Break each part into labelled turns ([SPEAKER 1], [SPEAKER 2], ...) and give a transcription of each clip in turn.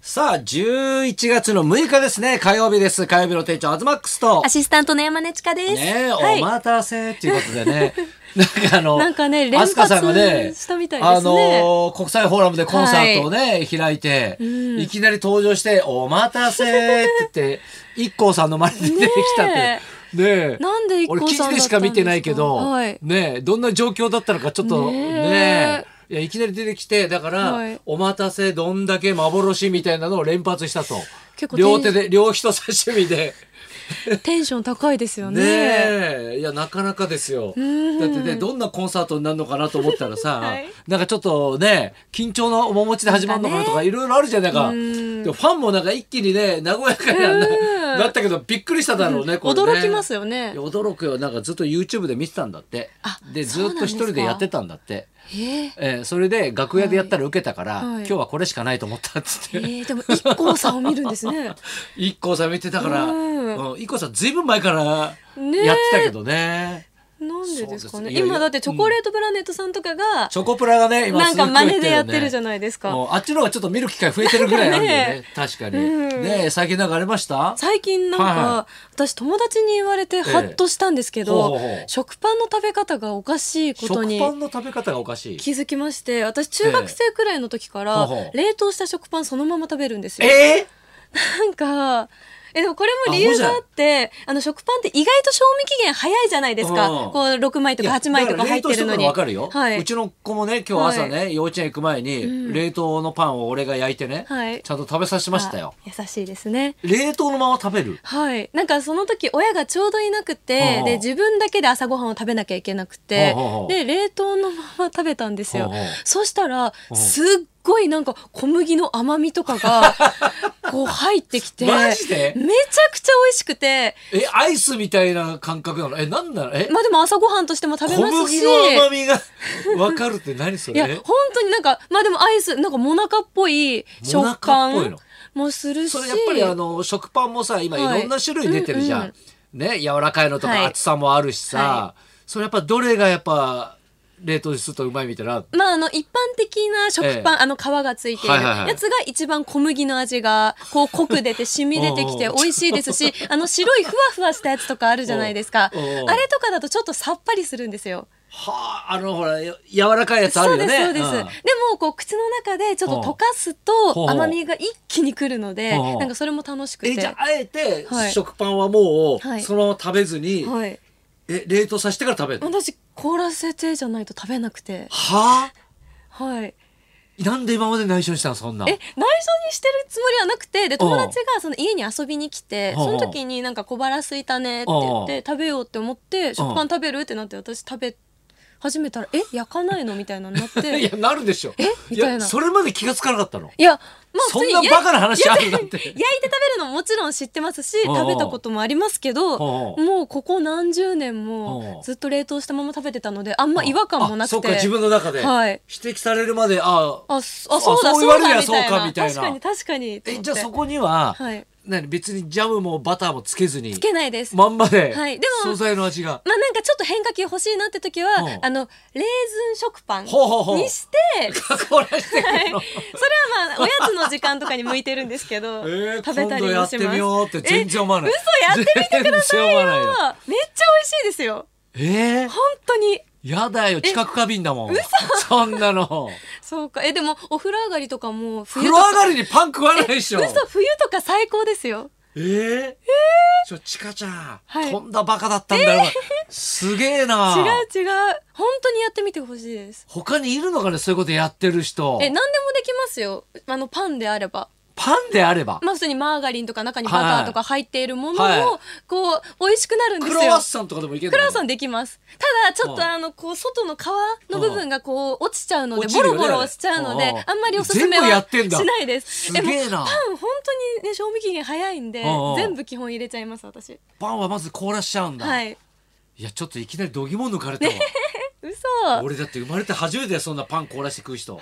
[SPEAKER 1] さあ、11月の6日ですね。火曜日です。火曜日の店長、アズマックスと
[SPEAKER 2] ア。シスタントの山根千佳です。
[SPEAKER 1] ねえ、
[SPEAKER 2] はい
[SPEAKER 1] お待たせっていうことでね。 なんかあの、
[SPEAKER 2] なんかね連
[SPEAKER 1] ア
[SPEAKER 2] 発
[SPEAKER 1] スカさんがね、
[SPEAKER 2] したみたいですね
[SPEAKER 1] あのー国際フォーラムでコンサートをね、開いて、
[SPEAKER 2] ん
[SPEAKER 1] いきなり登場して、お待たせって言 って、一光さんの前に出てきたって。
[SPEAKER 2] ね
[SPEAKER 1] ねえ
[SPEAKER 2] なんで IKKO
[SPEAKER 1] 俺記
[SPEAKER 2] さ
[SPEAKER 1] 事
[SPEAKER 2] んだったん
[SPEAKER 1] で
[SPEAKER 2] ですか
[SPEAKER 1] しか見てないけど、
[SPEAKER 2] はい
[SPEAKER 1] ねえどんな状況だったのかちょっと
[SPEAKER 2] ね
[SPEAKER 1] ね
[SPEAKER 2] え
[SPEAKER 1] えいやいきなり出てきてだから、
[SPEAKER 2] はい
[SPEAKER 1] お待たせどんだけ幻みたいなのを連発したと
[SPEAKER 2] 結構テン
[SPEAKER 1] 両手で両人差し指で。
[SPEAKER 2] テンション高いですよね。
[SPEAKER 1] ねえいやなかなかですよ
[SPEAKER 2] うん
[SPEAKER 1] だってねどんなコンサートになるのかなと思ったらさ、
[SPEAKER 2] はい
[SPEAKER 1] なんかちょっとね緊張の面持ちで始まるのかなと
[SPEAKER 2] なん
[SPEAKER 1] かいろいろあるじゃないか
[SPEAKER 2] うん
[SPEAKER 1] でもファンもなんか一気にね和やかには
[SPEAKER 2] う
[SPEAKER 1] なんなったけどびっくりしただろうねこれね
[SPEAKER 2] 驚きますよ
[SPEAKER 1] い
[SPEAKER 2] ね
[SPEAKER 1] や。驚くよなんかずっと YouTube で見てたんだって
[SPEAKER 2] あ
[SPEAKER 1] で
[SPEAKER 2] そ
[SPEAKER 1] ずっ
[SPEAKER 2] うなん
[SPEAKER 1] と
[SPEAKER 2] ですか
[SPEAKER 1] 一人でやってたんだって。
[SPEAKER 2] ええ
[SPEAKER 1] えーそれで楽屋でやったら受けたから、
[SPEAKER 2] はいはい
[SPEAKER 1] 今日はこれしかないと思ったっつって、
[SPEAKER 2] ええでも一光さんを見るんですね。
[SPEAKER 1] 一 k さん見てたから、
[SPEAKER 2] うん
[SPEAKER 1] うん、一 k さんずいぶん前からやって
[SPEAKER 2] ねえ
[SPEAKER 1] たけどね
[SPEAKER 2] なんでですか
[SPEAKER 1] そうです
[SPEAKER 2] ね。
[SPEAKER 1] いやいや
[SPEAKER 2] 今だってチョコレートプラネットさんとかが、
[SPEAKER 1] チョコプラがね、今
[SPEAKER 2] なんか真似でやってるじゃ
[SPEAKER 1] ない
[SPEAKER 2] ないですか。
[SPEAKER 1] もうあっちの方がちょっと見る機会増えてるぐらいあるよね。
[SPEAKER 2] ね
[SPEAKER 1] 確かに。
[SPEAKER 2] うん
[SPEAKER 1] ねえ最近なんかありました
[SPEAKER 2] 最近なんか、
[SPEAKER 1] はいは
[SPEAKER 2] 私友達に言われてハッとしたんですけ
[SPEAKER 1] え
[SPEAKER 2] ど、
[SPEAKER 1] えほうほうほう
[SPEAKER 2] 食パンの食べ方がおかしいこ
[SPEAKER 1] 食
[SPEAKER 2] とに
[SPEAKER 1] パンの食べ方がおかしい。
[SPEAKER 2] 気づきまして私中学生くらいの時から、
[SPEAKER 1] ええほうほう
[SPEAKER 2] 冷凍した食パンそのまま食べるんですよ。
[SPEAKER 1] え
[SPEAKER 2] なんか、え、でもこれも理由があって、あの食パンって意外と賞味期限早いじゃないですか。
[SPEAKER 1] うん
[SPEAKER 2] こう6枚
[SPEAKER 1] ー
[SPEAKER 2] とか8枚とか入ってるのに。
[SPEAKER 1] いやだから冷凍してのわかる
[SPEAKER 2] は
[SPEAKER 1] よ。。
[SPEAKER 2] いう
[SPEAKER 1] ちの子もね、今日朝ね、幼稚園行く前に、
[SPEAKER 2] ん
[SPEAKER 1] 冷凍のパンを俺が焼いてね、ち
[SPEAKER 2] はい
[SPEAKER 1] ゃんと食べさせましたよ。
[SPEAKER 2] あ優しいですね。
[SPEAKER 1] 冷凍のまま食べる。
[SPEAKER 2] はい。なんかその時親がちょうどいなくて、
[SPEAKER 1] うん
[SPEAKER 2] で、自分だけで朝ごはんを食べなきゃいけなくて
[SPEAKER 1] うんうんうん、
[SPEAKER 2] で、冷凍のまま食べたんです
[SPEAKER 1] う
[SPEAKER 2] よ
[SPEAKER 1] んうん。
[SPEAKER 2] そしたら、
[SPEAKER 1] ん
[SPEAKER 2] すっごいなんか小麦の甘みと かが、こう入ってきて、
[SPEAKER 1] マ
[SPEAKER 2] め
[SPEAKER 1] ジ
[SPEAKER 2] ちゃ
[SPEAKER 1] で
[SPEAKER 2] くちゃ美味しくて、
[SPEAKER 1] え、アイスみたいな感覚なのえ、なんなのえ、
[SPEAKER 2] まあでも朝ごはんとしても食べ
[SPEAKER 1] 小
[SPEAKER 2] ますし、
[SPEAKER 1] 麦の甘みが わかるって何そ
[SPEAKER 2] い
[SPEAKER 1] れ
[SPEAKER 2] や、本当になんか、まあでもアイス、なんかもなかっぽい食
[SPEAKER 1] もなかっぽい
[SPEAKER 2] 感
[SPEAKER 1] の
[SPEAKER 2] もするし。
[SPEAKER 1] それやっぱりあの食パンもさ今い
[SPEAKER 2] はい
[SPEAKER 1] ろんな種類出てるじゃん、
[SPEAKER 2] うん
[SPEAKER 1] ね柔らかいのと
[SPEAKER 2] は
[SPEAKER 1] か
[SPEAKER 2] い
[SPEAKER 1] 厚さもあるしさ、
[SPEAKER 2] は
[SPEAKER 1] それやっぱどれがやっぱ冷凍するとうまいみたいな
[SPEAKER 2] まあ、あの、一般的な食パン、
[SPEAKER 1] え
[SPEAKER 2] あの、皮がついている
[SPEAKER 1] はいはいはい
[SPEAKER 2] やつが一番小麦の味が、こう、濃く出て、染み出てきて
[SPEAKER 1] おうおう
[SPEAKER 2] 美味しいですし、 あの、白いふわふわしたやつとかあるじゃないですか。あ
[SPEAKER 1] おうおう
[SPEAKER 2] れとかだとちょっとさっぱりするんですよ。
[SPEAKER 1] はああのほらよ柔らかいやつあるよ
[SPEAKER 2] そうで
[SPEAKER 1] ね
[SPEAKER 2] す、そうです。で
[SPEAKER 1] ん
[SPEAKER 2] も、こう、口の中でちょっと溶かす
[SPEAKER 1] ほう
[SPEAKER 2] と、甘みが一気にくるので、
[SPEAKER 1] ほうほう
[SPEAKER 2] なんかそれも楽しく
[SPEAKER 1] えじゃ
[SPEAKER 2] て
[SPEAKER 1] あ。あえて
[SPEAKER 2] はい
[SPEAKER 1] 食パンはも
[SPEAKER 2] は
[SPEAKER 1] う
[SPEAKER 2] い
[SPEAKER 1] そのまま食べずに、
[SPEAKER 2] はい。
[SPEAKER 1] え冷凍させてから食べるの、
[SPEAKER 2] 私、凍らせてじゃないと食べなくて。
[SPEAKER 1] はあ
[SPEAKER 2] はい。
[SPEAKER 1] なんで今まで内緒にしたのそんな
[SPEAKER 2] え内緒にしてるつもりはなくてで
[SPEAKER 1] うん
[SPEAKER 2] 友達がその家に遊びに来て
[SPEAKER 1] うん
[SPEAKER 2] その時になんか小腹空いたねって言って食べようって思って食パン食べるってなって私食べ始めたらえ焼かないのみたいなのになっ て
[SPEAKER 1] いやなるでしょ
[SPEAKER 2] えみたいない
[SPEAKER 1] やそれまで気がつかなかったの
[SPEAKER 2] いやまあ
[SPEAKER 1] そ
[SPEAKER 2] 普通
[SPEAKER 1] ん
[SPEAKER 2] に
[SPEAKER 1] な
[SPEAKER 2] や
[SPEAKER 1] バカな話あるなんて
[SPEAKER 2] 焼いて食べるのももちろん知ってますし
[SPEAKER 1] うん
[SPEAKER 2] 食べたこともありますけど
[SPEAKER 1] うん
[SPEAKER 2] もうここ何十年
[SPEAKER 1] うん
[SPEAKER 2] もずっと冷凍したまま食べてたのであんま違和感もな
[SPEAKER 1] あそ
[SPEAKER 2] く
[SPEAKER 1] っか自
[SPEAKER 2] て。
[SPEAKER 1] 分の中で、
[SPEAKER 2] はい
[SPEAKER 1] 指摘されるまであ
[SPEAKER 2] あ、そあそうだ、
[SPEAKER 1] あそう
[SPEAKER 2] そ
[SPEAKER 1] 言わ
[SPEAKER 2] う
[SPEAKER 1] れりゃ
[SPEAKER 2] だ、み
[SPEAKER 1] そうか
[SPEAKER 2] た
[SPEAKER 1] み
[SPEAKER 2] い
[SPEAKER 1] た
[SPEAKER 2] な。
[SPEAKER 1] いな
[SPEAKER 2] 確かに、確かに。と思
[SPEAKER 1] え
[SPEAKER 2] って
[SPEAKER 1] じゃあそこには、
[SPEAKER 2] はい
[SPEAKER 1] 何別にジャムもバターもつけずに
[SPEAKER 2] つけないです。
[SPEAKER 1] まんまで、
[SPEAKER 2] はいでも
[SPEAKER 1] 素材の味が
[SPEAKER 2] まあなんかちょっと変化球欲しいなって時は、
[SPEAKER 1] うん
[SPEAKER 2] あのレーズン食パンにして
[SPEAKER 1] ほうほうほう
[SPEAKER 2] そ
[SPEAKER 1] こらしてく
[SPEAKER 2] れ
[SPEAKER 1] るの、
[SPEAKER 2] はまあおやつの時間とかに向いてるんですけど、
[SPEAKER 1] えー
[SPEAKER 2] 食べたりもします
[SPEAKER 1] 今度やってみようって全然思わない
[SPEAKER 2] え嘘やってみてください
[SPEAKER 1] 全
[SPEAKER 2] よ
[SPEAKER 1] 然思わ
[SPEAKER 2] めっちゃ美味しいですよ
[SPEAKER 1] えー、
[SPEAKER 2] 本当に
[SPEAKER 1] やだよ知覚過敏だもんそんなの
[SPEAKER 2] そうかえでもお風呂上がりとかも
[SPEAKER 1] 風
[SPEAKER 2] 冬と
[SPEAKER 1] 呂上
[SPEAKER 2] か
[SPEAKER 1] がりにパン食わないでしょ
[SPEAKER 2] 嘘冬とか最高ですよ
[SPEAKER 1] えー、えちょちかちゃん、
[SPEAKER 2] はい
[SPEAKER 1] とんだバカだったんだよ、すげえな
[SPEAKER 2] 違う違う本当にやってみてほしいです
[SPEAKER 1] 他にいるのかねそういうことやってる人
[SPEAKER 2] え何でもできますよあのパンであれば
[SPEAKER 1] パンであれば
[SPEAKER 2] まあ普通にマーガリンとか中にバターとか入っているもの
[SPEAKER 1] はいは
[SPEAKER 2] もこう美味しくなるんです
[SPEAKER 1] ク
[SPEAKER 2] よ。
[SPEAKER 1] ロワッサンとかでもいける
[SPEAKER 2] クロワッ
[SPEAKER 1] ン
[SPEAKER 2] サンできます。ただちょっ
[SPEAKER 1] うん
[SPEAKER 2] とあのこう外の皮の部分がこう落ちちゃうので
[SPEAKER 1] 落ち
[SPEAKER 2] ボ
[SPEAKER 1] るよ
[SPEAKER 2] ロ
[SPEAKER 1] ね
[SPEAKER 2] ボロしちゃうの
[SPEAKER 1] あ
[SPEAKER 2] で
[SPEAKER 1] れうん
[SPEAKER 2] あんまりおすすめ
[SPEAKER 1] 全部や
[SPEAKER 2] は
[SPEAKER 1] ってんだ
[SPEAKER 2] しないです。
[SPEAKER 1] すげえな
[SPEAKER 2] もうパン本当にね賞味期限早いんで
[SPEAKER 1] うんうん
[SPEAKER 2] 全部基本入れちゃいます私。
[SPEAKER 1] パンはまず凍らしちゃうんだ、、
[SPEAKER 2] はいい。
[SPEAKER 1] やちょっといきなり度肝抜かれたわ、
[SPEAKER 2] 嘘。
[SPEAKER 1] 俺だって生まれて初めてだよそんなパン凍 らして食う人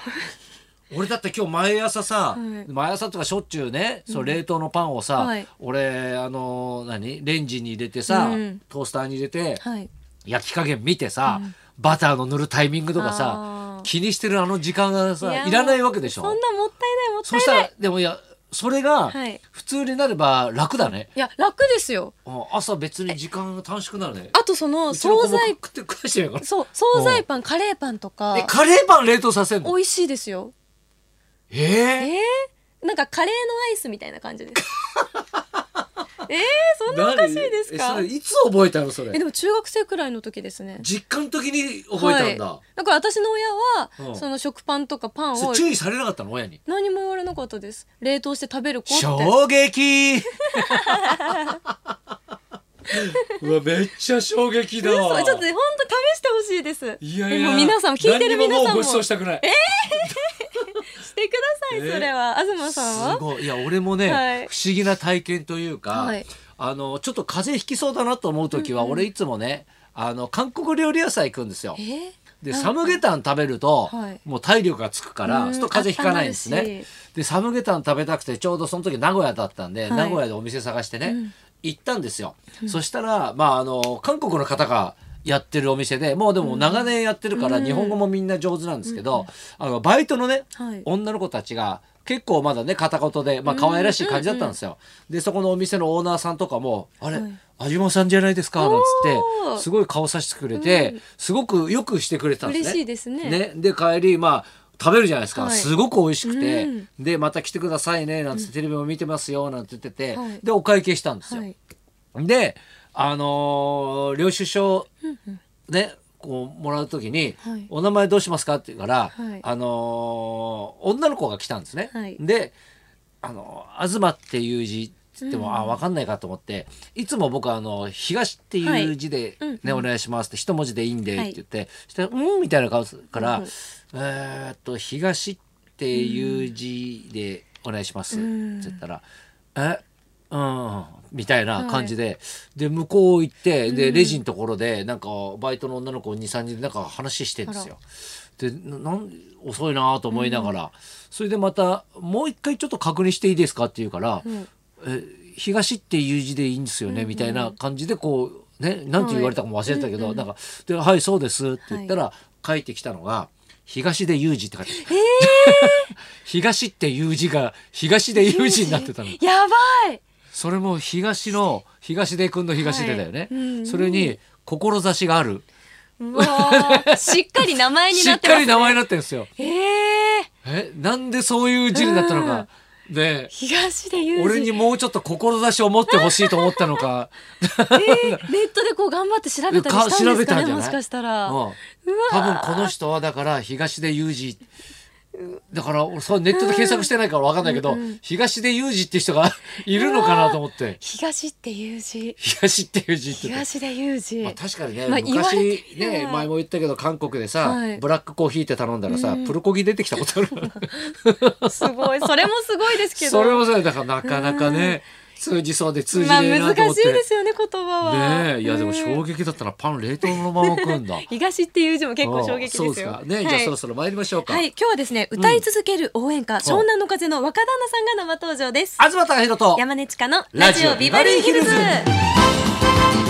[SPEAKER 1] 俺だって今日毎朝さ、
[SPEAKER 2] はい
[SPEAKER 1] 毎朝とかしょっちゅうね、その冷凍のパンをさ、
[SPEAKER 2] はい
[SPEAKER 1] 俺あの何レンジに入れてさ、
[SPEAKER 2] うん
[SPEAKER 1] トースターに入れて
[SPEAKER 2] はい。
[SPEAKER 1] 焼き加減見てさ、バターの塗るタイミングとかさ
[SPEAKER 2] あー
[SPEAKER 1] 気にしてるあの時間がさ
[SPEAKER 2] や
[SPEAKER 1] いらないわけでしょ
[SPEAKER 2] そんなもったいないもっ
[SPEAKER 1] そ
[SPEAKER 2] た
[SPEAKER 1] した
[SPEAKER 2] いな
[SPEAKER 1] ら
[SPEAKER 2] い。
[SPEAKER 1] でもいやそれが
[SPEAKER 2] はい
[SPEAKER 1] 普通になれば楽だね、
[SPEAKER 2] いや楽ですよ
[SPEAKER 1] うん朝別に時間が短縮なるね
[SPEAKER 2] あとその
[SPEAKER 1] うちの子
[SPEAKER 2] 惣
[SPEAKER 1] も
[SPEAKER 2] 菜
[SPEAKER 1] 食って食わしてみようかな
[SPEAKER 2] そう惣菜パンカレーパンとか
[SPEAKER 1] えカレーパン冷凍させん
[SPEAKER 2] 美
[SPEAKER 1] の
[SPEAKER 2] 味しいですよえ
[SPEAKER 1] ええ
[SPEAKER 2] ー、なんかカレーのアイスみたいな感じです えー、そんなお
[SPEAKER 1] 何
[SPEAKER 2] かしいです
[SPEAKER 1] え
[SPEAKER 2] か
[SPEAKER 1] それいつ覚えたのそ
[SPEAKER 2] え
[SPEAKER 1] れ
[SPEAKER 2] でも中学生くらいの時ですね
[SPEAKER 1] 実家の時に覚えたんだ、
[SPEAKER 2] はい、だから私の親は、
[SPEAKER 1] うん
[SPEAKER 2] その食パンとかパン
[SPEAKER 1] そ
[SPEAKER 2] を
[SPEAKER 1] れ注意されなかったの親に
[SPEAKER 2] 何も言われなかったです冷凍して食べる子って
[SPEAKER 1] 衝撃 うわめっちゃ衝撃だ
[SPEAKER 2] 嘘ちょ
[SPEAKER 1] わ
[SPEAKER 2] っと本当試してほしいです
[SPEAKER 1] いやい
[SPEAKER 2] で
[SPEAKER 1] や
[SPEAKER 2] も皆さん聞いてる皆
[SPEAKER 1] 何に
[SPEAKER 2] さん
[SPEAKER 1] もうご
[SPEAKER 2] も
[SPEAKER 1] 馳走したくない
[SPEAKER 2] してください、
[SPEAKER 1] えー
[SPEAKER 2] それは東さんは
[SPEAKER 1] すごいいや俺もね、
[SPEAKER 2] はい
[SPEAKER 1] 不思議な体験というか、
[SPEAKER 2] はい
[SPEAKER 1] あのちょっと風邪ひきそうだなと思う時は、俺いつもねあの韓国料理屋さん行くんですよ
[SPEAKER 2] え。ー
[SPEAKER 1] で
[SPEAKER 2] はい
[SPEAKER 1] サムゲタン食べると、
[SPEAKER 2] はい
[SPEAKER 1] もう体力がつくから、
[SPEAKER 2] う
[SPEAKER 1] そ
[SPEAKER 2] ん
[SPEAKER 1] うすると風邪ひかないんです
[SPEAKER 2] 温ま
[SPEAKER 1] ね
[SPEAKER 2] るし。
[SPEAKER 1] でサムゲタン食べたくてちょうどその時名古屋だったんで、
[SPEAKER 2] い
[SPEAKER 1] 名古屋でお店探してね、
[SPEAKER 2] うん
[SPEAKER 1] 行ったんですよ。そしたらまああの韓国の方がやってるお店でもうでも長年やってるから、
[SPEAKER 2] うん
[SPEAKER 1] 日本語もみんな上手なんですけど、あのバイトのね、
[SPEAKER 2] はい
[SPEAKER 1] 女の子たちが結構まだね片言でまあ可愛らしい感じだったんですよ。でそこのお店のオーナーさんとかも「あれ、
[SPEAKER 2] はい
[SPEAKER 1] あゆまさんじゃないですか」なんつ
[SPEAKER 2] お
[SPEAKER 1] っ
[SPEAKER 2] ー
[SPEAKER 1] てすごい顔させてくれて、
[SPEAKER 2] うん
[SPEAKER 1] すごくよくしてくれてたんですね。
[SPEAKER 2] 嬉しいですね
[SPEAKER 1] で帰りまあ食べるじゃないですか、
[SPEAKER 2] はい
[SPEAKER 1] すごく美味しくて、
[SPEAKER 2] うん
[SPEAKER 1] でまた来てくださいねなんつってテレビも見てますよなんて言ってて、
[SPEAKER 2] はい
[SPEAKER 1] でお会計したんですよ。
[SPEAKER 2] はい
[SPEAKER 1] であのー領収書
[SPEAKER 2] うんうん
[SPEAKER 1] ねこうもらう時に、
[SPEAKER 2] はい
[SPEAKER 1] お名前どうしますか?」って言うから、
[SPEAKER 2] はい
[SPEAKER 1] あのー女の子が来たんですね。
[SPEAKER 2] はい
[SPEAKER 1] で「あのー東」っていう字って言っても、あ分かんないかと思っていつも僕はあの「東」っていう字で、
[SPEAKER 2] はい
[SPEAKER 1] ね
[SPEAKER 2] うんうん
[SPEAKER 1] お願いします」って一文字でいいんで
[SPEAKER 2] は
[SPEAKER 1] って
[SPEAKER 2] い
[SPEAKER 1] 言って、したら「うん」みたいな顔するから「
[SPEAKER 2] うんうん
[SPEAKER 1] えーっと東」っていう字でお願いします」
[SPEAKER 2] うん
[SPEAKER 1] って言ったら「えうん」みたいな感じで、で向こう行ってでレジのところでなんかバイトの女の子23人でなんか話してんですよ。でななん遅いなと思いながら、それでまた「もう一回ちょっと確認していいですか?」って言うから「
[SPEAKER 2] うん
[SPEAKER 1] え東っていう字でいいんですよね」みたいな感じでこうねなんて言われたかも忘れてたけど、なんか「ではいそうです」って言ったら、書いてきたのが「東で有字」って書いてある、 東っていう字が東で有字になってたの。
[SPEAKER 2] やばい
[SPEAKER 1] それも東の東出君の東出だよね、
[SPEAKER 2] はいうん
[SPEAKER 1] それに志がある
[SPEAKER 2] うわーしっかり名前に
[SPEAKER 1] し
[SPEAKER 2] な
[SPEAKER 1] っ
[SPEAKER 2] ってま
[SPEAKER 1] か
[SPEAKER 2] す、
[SPEAKER 1] り
[SPEAKER 2] ね、
[SPEAKER 1] 名前になってるんですよ
[SPEAKER 2] ええー、
[SPEAKER 1] えなんでそういう字になったのかで
[SPEAKER 2] 東で言う
[SPEAKER 1] 俺にもうちょっと志を持ってほしいと思ったの か
[SPEAKER 2] えーネットでこう頑張って調べたりしたんですかね
[SPEAKER 1] か調べたんじゃない
[SPEAKER 2] もしかしたら、
[SPEAKER 1] うん
[SPEAKER 2] うわ
[SPEAKER 1] 多分この人はだから東出裕二だから俺それネットで検索してないから分かんないけど、東出裕二って人が いるのかなと思って
[SPEAKER 2] 東っていう字
[SPEAKER 1] 東っていう字って言って
[SPEAKER 2] 東で言う字、
[SPEAKER 1] まあ、確かにね、
[SPEAKER 2] まあ言わ
[SPEAKER 1] 昔
[SPEAKER 2] れてみれば
[SPEAKER 1] ね前も言ったけど韓国でさ、
[SPEAKER 2] はい
[SPEAKER 1] ブラックコーヒーって頼んだらさ、プルコギ出てきたことある
[SPEAKER 2] すごいそれもすごいですけど
[SPEAKER 1] それもさだからなかなかね通じそうで通じ
[SPEAKER 2] まあ
[SPEAKER 1] ねえなと思
[SPEAKER 2] 難
[SPEAKER 1] っ
[SPEAKER 2] しいで
[SPEAKER 1] て、
[SPEAKER 2] すよね言葉は
[SPEAKER 1] ねえいやでも
[SPEAKER 2] うん
[SPEAKER 1] 衝撃だったなパン冷凍のまま食うんだ
[SPEAKER 2] 東っていう字も結構衝撃ですよ
[SPEAKER 1] そうですかね、じゃあそろそろ参りましょうか、
[SPEAKER 2] はい、今日はですね歌い続ける応援歌、湘南の風の若旦那さんが生登場です
[SPEAKER 1] 東隆弘と
[SPEAKER 2] 山根千佳のラジオビバリーヒルズ
[SPEAKER 1] ラジオビバリーヒ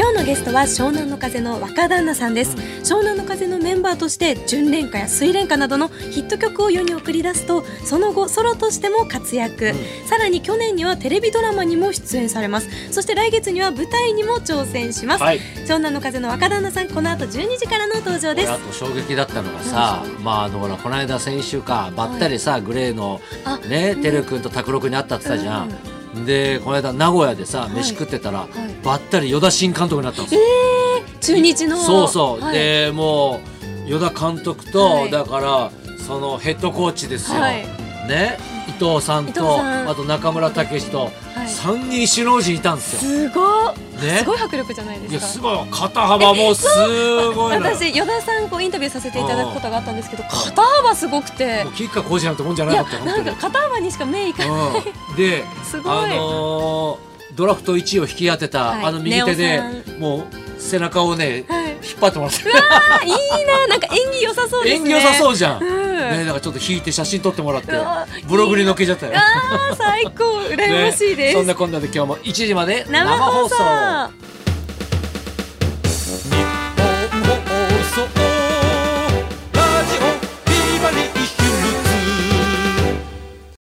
[SPEAKER 2] 今日のゲストは湘南の風の若旦那さんです、湘南の風のメンバーとして純恋歌や水恋歌などのヒット曲を世に送り出すとその後ソロとしても活躍、さらに去年にはテレビドラマにも出演されますそして来月には舞台にも挑戦します、
[SPEAKER 1] はい
[SPEAKER 2] 湘南の風の若旦那さんこの後12時からの登場です
[SPEAKER 1] あと衝撃だったのがさ、まああのほらこの間先週かばったりさ、グレーの
[SPEAKER 2] あ
[SPEAKER 1] ね
[SPEAKER 2] うん
[SPEAKER 1] てるくんと拓郎くんに会ったって言ってたじゃん、でこの間名古屋でさ
[SPEAKER 2] い
[SPEAKER 1] 飯食ってたら、
[SPEAKER 2] い
[SPEAKER 1] ばったり依田新監督になったんですよ
[SPEAKER 2] 中日の
[SPEAKER 1] そうそう、
[SPEAKER 2] はい
[SPEAKER 1] でもう依田監督と、
[SPEAKER 2] はい
[SPEAKER 1] だからそのヘッドコーチですよ、
[SPEAKER 2] はい
[SPEAKER 1] ね伊藤さんと
[SPEAKER 2] 伊藤さん
[SPEAKER 1] あと中村武史と、
[SPEAKER 2] はい
[SPEAKER 1] 三人首脳陣いたんですよ。
[SPEAKER 2] すごい、
[SPEAKER 1] ね
[SPEAKER 2] すごい迫力じゃない
[SPEAKER 1] い
[SPEAKER 2] で
[SPEAKER 1] や
[SPEAKER 2] す
[SPEAKER 1] す
[SPEAKER 2] か
[SPEAKER 1] ごいわ肩幅もうすごいな
[SPEAKER 2] 私依田さんこうインタビューさせていただくことがあったんですけど肩幅すごくて
[SPEAKER 1] もう吉川浩司なんてもんじゃ
[SPEAKER 2] い
[SPEAKER 1] ない
[SPEAKER 2] や
[SPEAKER 1] だって本
[SPEAKER 2] な
[SPEAKER 1] 当
[SPEAKER 2] ん
[SPEAKER 1] に
[SPEAKER 2] か。肩幅にしか目いかない
[SPEAKER 1] うん、で
[SPEAKER 2] すごい
[SPEAKER 1] あのードラフト1位を引き当てた、
[SPEAKER 2] はい
[SPEAKER 1] あの右手で
[SPEAKER 2] ネオさ
[SPEAKER 1] もう背中をね、
[SPEAKER 2] はい
[SPEAKER 1] 引っ張ってもらって
[SPEAKER 2] あいいななんか演技良さそうですね
[SPEAKER 1] 演技良さそううじゃん、
[SPEAKER 2] ん
[SPEAKER 1] ね、だからちょっと引いて写真撮ってもらって
[SPEAKER 2] うわ
[SPEAKER 1] ブログに載っけちゃったよ、
[SPEAKER 2] あー最高羨ましい
[SPEAKER 1] ね
[SPEAKER 2] です、
[SPEAKER 1] そんなこんなで今日も1時まで
[SPEAKER 2] 生放送